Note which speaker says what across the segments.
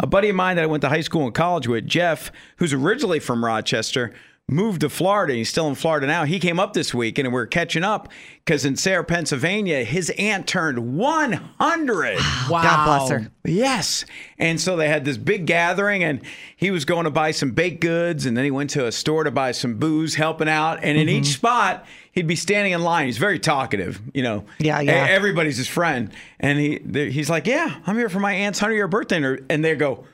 Speaker 1: A buddy of mine that I went to high school and college with, Jeff, who's originally from Rochester, moved to Florida. He's still in Florida now. He came up this week and we're catching up because in Sarah, Pennsylvania, his aunt turned 100.
Speaker 2: Wow.
Speaker 3: God bless her.
Speaker 1: Oh, Yes. And so they had this big gathering, and he was going to buy some baked goods, and then he went to a store to buy some booze, helping out. And in
Speaker 3: Mm-hmm.
Speaker 1: each spot, he'd be standing in line. He's very talkative, you know.
Speaker 3: Yeah,
Speaker 1: E-
Speaker 3: yeah.
Speaker 1: Everybody's his friend. And he there- he's like, Yeah, I'm here for my aunt's 100 year birthday. And they're- And they go,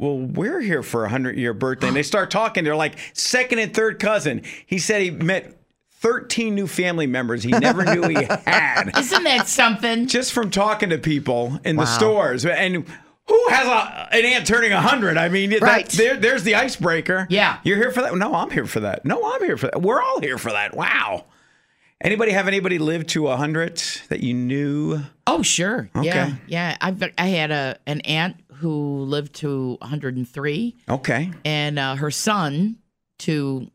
Speaker 1: well, we're here for a hundred year birthday. And they start talking. They're like second and third cousin. He said he met thirteen new family members he never knew he had
Speaker 2: Isn't that something?
Speaker 1: just from talking to people in the
Speaker 3: Wow.
Speaker 1: stores and who has a, an aunt turning 100 i mean that-
Speaker 3: Right.
Speaker 1: there, there's the icebreaker
Speaker 2: Yeah.
Speaker 1: you're here for that no i'm here for that no i'm here for that we're all here for that wow anybody have anybody lived to 100 that you knew
Speaker 2: Oh, sure. Yeah.
Speaker 1: Okay.
Speaker 2: Yeah. I've, I had a an aunt who lived to 103
Speaker 1: okay
Speaker 2: and uh, her son to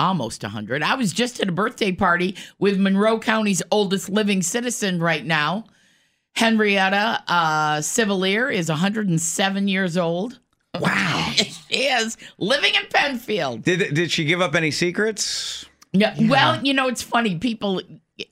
Speaker 2: almost 100. I was just at a birthday party with Monroe County's oldest living citizen right now. Henrietta uh, Civalier is 107 years old.
Speaker 1: wow
Speaker 2: She is living in Penfield.
Speaker 1: did, did she give up any secrets
Speaker 2: No, Well, you know, it's funny. People,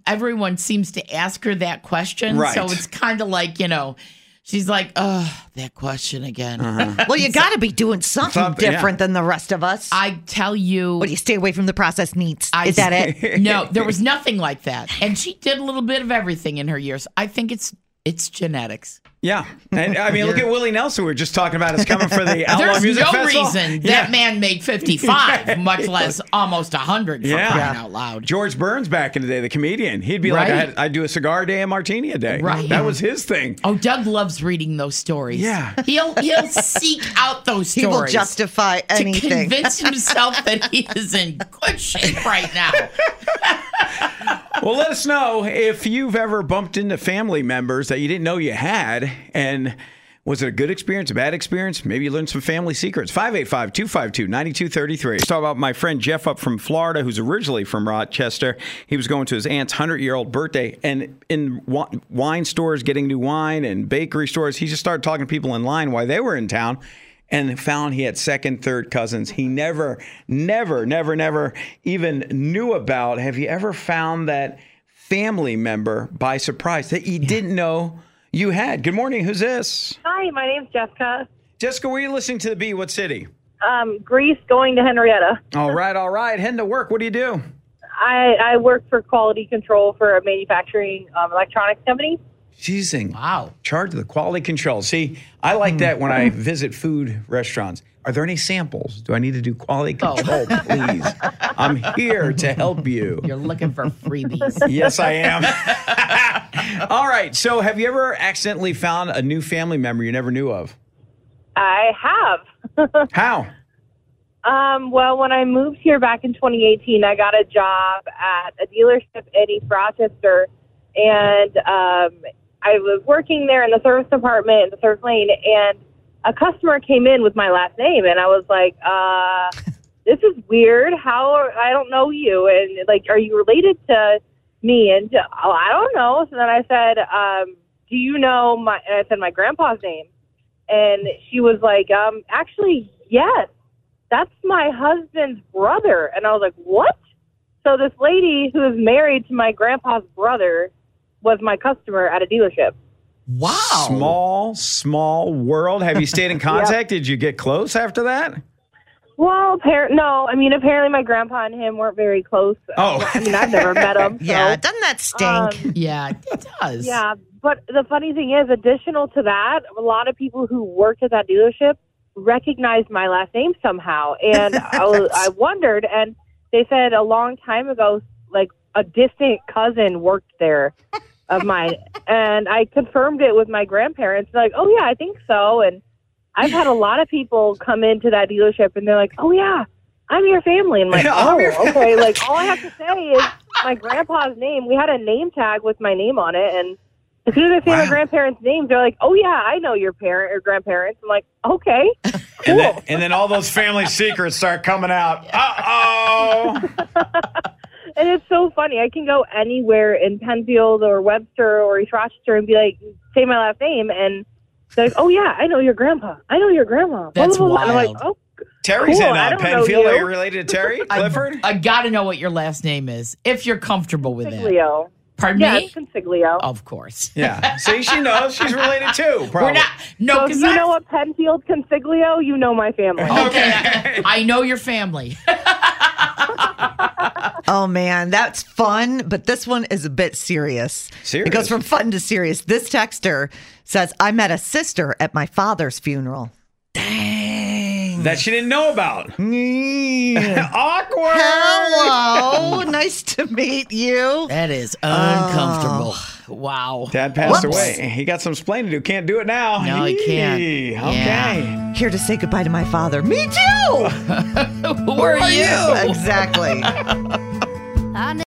Speaker 2: everyone seems to ask her that question.
Speaker 1: Right.
Speaker 2: So it's kind of like, you know, she's like, oh, that question again.
Speaker 1: Uh-huh.
Speaker 3: Well, you got to be doing something,
Speaker 1: Something, yeah.
Speaker 3: different than the rest of us.
Speaker 2: I tell you.
Speaker 3: what do you stay away from the processed meats?
Speaker 2: I-
Speaker 3: Is that it?
Speaker 2: no, there was nothing like that. And she did a little bit of everything in her years. I think it's it's genetics.
Speaker 1: yeah and i mean look at willie nelson we were just talking about is coming for the outlaw
Speaker 2: There's
Speaker 1: music
Speaker 2: no
Speaker 1: festival
Speaker 2: reason
Speaker 1: Yeah.
Speaker 2: that man made 55, much less almost 100 for
Speaker 1: Yeah.
Speaker 2: crying out loud.
Speaker 1: George Burns back in the day, the comedian, he'd be like,
Speaker 2: Right.
Speaker 1: I had, I'd do a cigar day and martini a day.
Speaker 2: Right.
Speaker 1: That was his thing.
Speaker 2: Oh, Doug loves reading those stories.
Speaker 1: Yeah.
Speaker 2: He'll he'll seek out those
Speaker 3: He will
Speaker 2: stories.
Speaker 3: justify
Speaker 2: to
Speaker 3: anything.
Speaker 2: convince himself that he is in good shape right now.
Speaker 1: Well, let us know if you've ever bumped into family members that you didn't know you had. And was it a good experience, a bad experience? Maybe you learned some family secrets. 585 252 9233. Talk about my friend Jeff up from Florida, who's originally from Rochester. He was going to his aunt's 100 year old birthday, and in wi- wine stores, getting new wine, and bakery stores, he just started talking to people in line while they were in town. and found he had second, third cousins he never, never, never, never even knew about. Have you ever found that family member by surprise that you didn't know you had? Good morning. Who's this?
Speaker 4: Hi, my name's Jessica.
Speaker 1: Jessica, were you listening to the B? What city?
Speaker 4: Um, Greece going to Henrietta.
Speaker 1: All right, all right. Heading to work. What do you do?
Speaker 4: I, I work for quality control for a manufacturing um, electronics company.
Speaker 1: She's in
Speaker 2: Wow. Mm.
Speaker 1: charge of the quality control. See, I like that when I visit food restaurants. Are there any samples? Do I need to do quality
Speaker 2: Oh.
Speaker 1: control, please? I'm here to help you.
Speaker 2: You're looking for freebies.
Speaker 1: Yes, I am. All right. So, have you ever accidentally found a new family member you never knew of?
Speaker 4: I have.
Speaker 1: How?
Speaker 4: um, well, when I moved here back in 2018, I got a job at a dealership in East Rochester, and um, I was working there in the service department in the third lane, and a customer came in with my last name, and I was like, uh, "This is weird. How are, I don't know you, and like, are you related to me?" And oh, I don't know. So then I said, um, "Do you know my?" And I said my grandpa's name, and she was like, um, "Actually, yes." that's my husband's brother. And I was like, what? So this lady who is married to my grandpa's brother was my customer at a dealership.
Speaker 2: Wow.
Speaker 1: Small, small world. Have you stayed in contact? Did you get close after that?
Speaker 4: Well, appar- no, I mean, apparently my grandpa and him weren't very close.
Speaker 1: Oh.
Speaker 4: I mean, I've never met him.
Speaker 3: yeah,
Speaker 4: so,
Speaker 3: doesn't that stink?
Speaker 4: um,
Speaker 2: Yeah, it does.
Speaker 4: yeah, but the funny thing is, additional to that, a lot of people who worked at that dealership recognized my last name somehow, and I, was, I wondered. And they said a long time ago, like a distant cousin worked there of mine, and I confirmed it with my grandparents. Like, oh yeah, I think so, and. I've had a lot of people come into that dealership and they're like, "Oh yeah, I'm your family." I'm like,
Speaker 1: Yeah, I'm
Speaker 4: "Oh,
Speaker 1: your fam-"
Speaker 4: okay." Like all I have to say is my grandpa's name. We had a name tag with my name on it, and as soon as I say
Speaker 1: Wow.
Speaker 4: my grandparents' names, they're like, "Oh yeah, I know your parent or grandparents." I'm like, "Okay."
Speaker 1: And then, and then all those family secrets start coming out. Uh oh.
Speaker 4: And it's so funny. I can go anywhere in Penfield or Webster or East Rochester and be like, say my last name, and they're like, oh yeah, I know your grandpa. I know your grandma. Blah,
Speaker 2: That's
Speaker 4: blah, blah. And I'm
Speaker 2: wild.
Speaker 4: like, oh,
Speaker 1: Terry's
Speaker 4: Cool,
Speaker 1: in
Speaker 4: I
Speaker 1: uh,
Speaker 4: don't know
Speaker 1: Penfield.
Speaker 4: you.
Speaker 1: Are you related to Terry Clifford?
Speaker 2: I, I gotta know what your last name is if you're comfortable with that.
Speaker 4: Consiglio.
Speaker 2: Pardon
Speaker 4: Yeah,
Speaker 2: me? Oh.
Speaker 4: it's Consiglio.
Speaker 2: Of course.
Speaker 1: yeah. See, she knows. She's related too. Probably.
Speaker 2: We're not. No,
Speaker 4: so if
Speaker 2: because
Speaker 4: you know a Penfield Consiglio, you know my family.
Speaker 2: Okay, I, I know your family.
Speaker 3: Oh man, that's fun, but this one is a bit serious.
Speaker 1: Serious?
Speaker 3: It goes from fun to serious. This texter says, "I met a sister at my father's funeral."
Speaker 1: That she didn't know about. Awkward.
Speaker 3: Hello, nice to meet you.
Speaker 2: That is uncomfortable. Oh. Wow.
Speaker 1: Dad passed
Speaker 3: Whoops.
Speaker 1: away. He got some explaining to do. Can't do it now.
Speaker 2: No, he can't.
Speaker 1: Yee.
Speaker 2: Yeah.
Speaker 1: Okay.
Speaker 3: Here to say goodbye to my father. Me too.
Speaker 2: Who are you?
Speaker 3: exactly.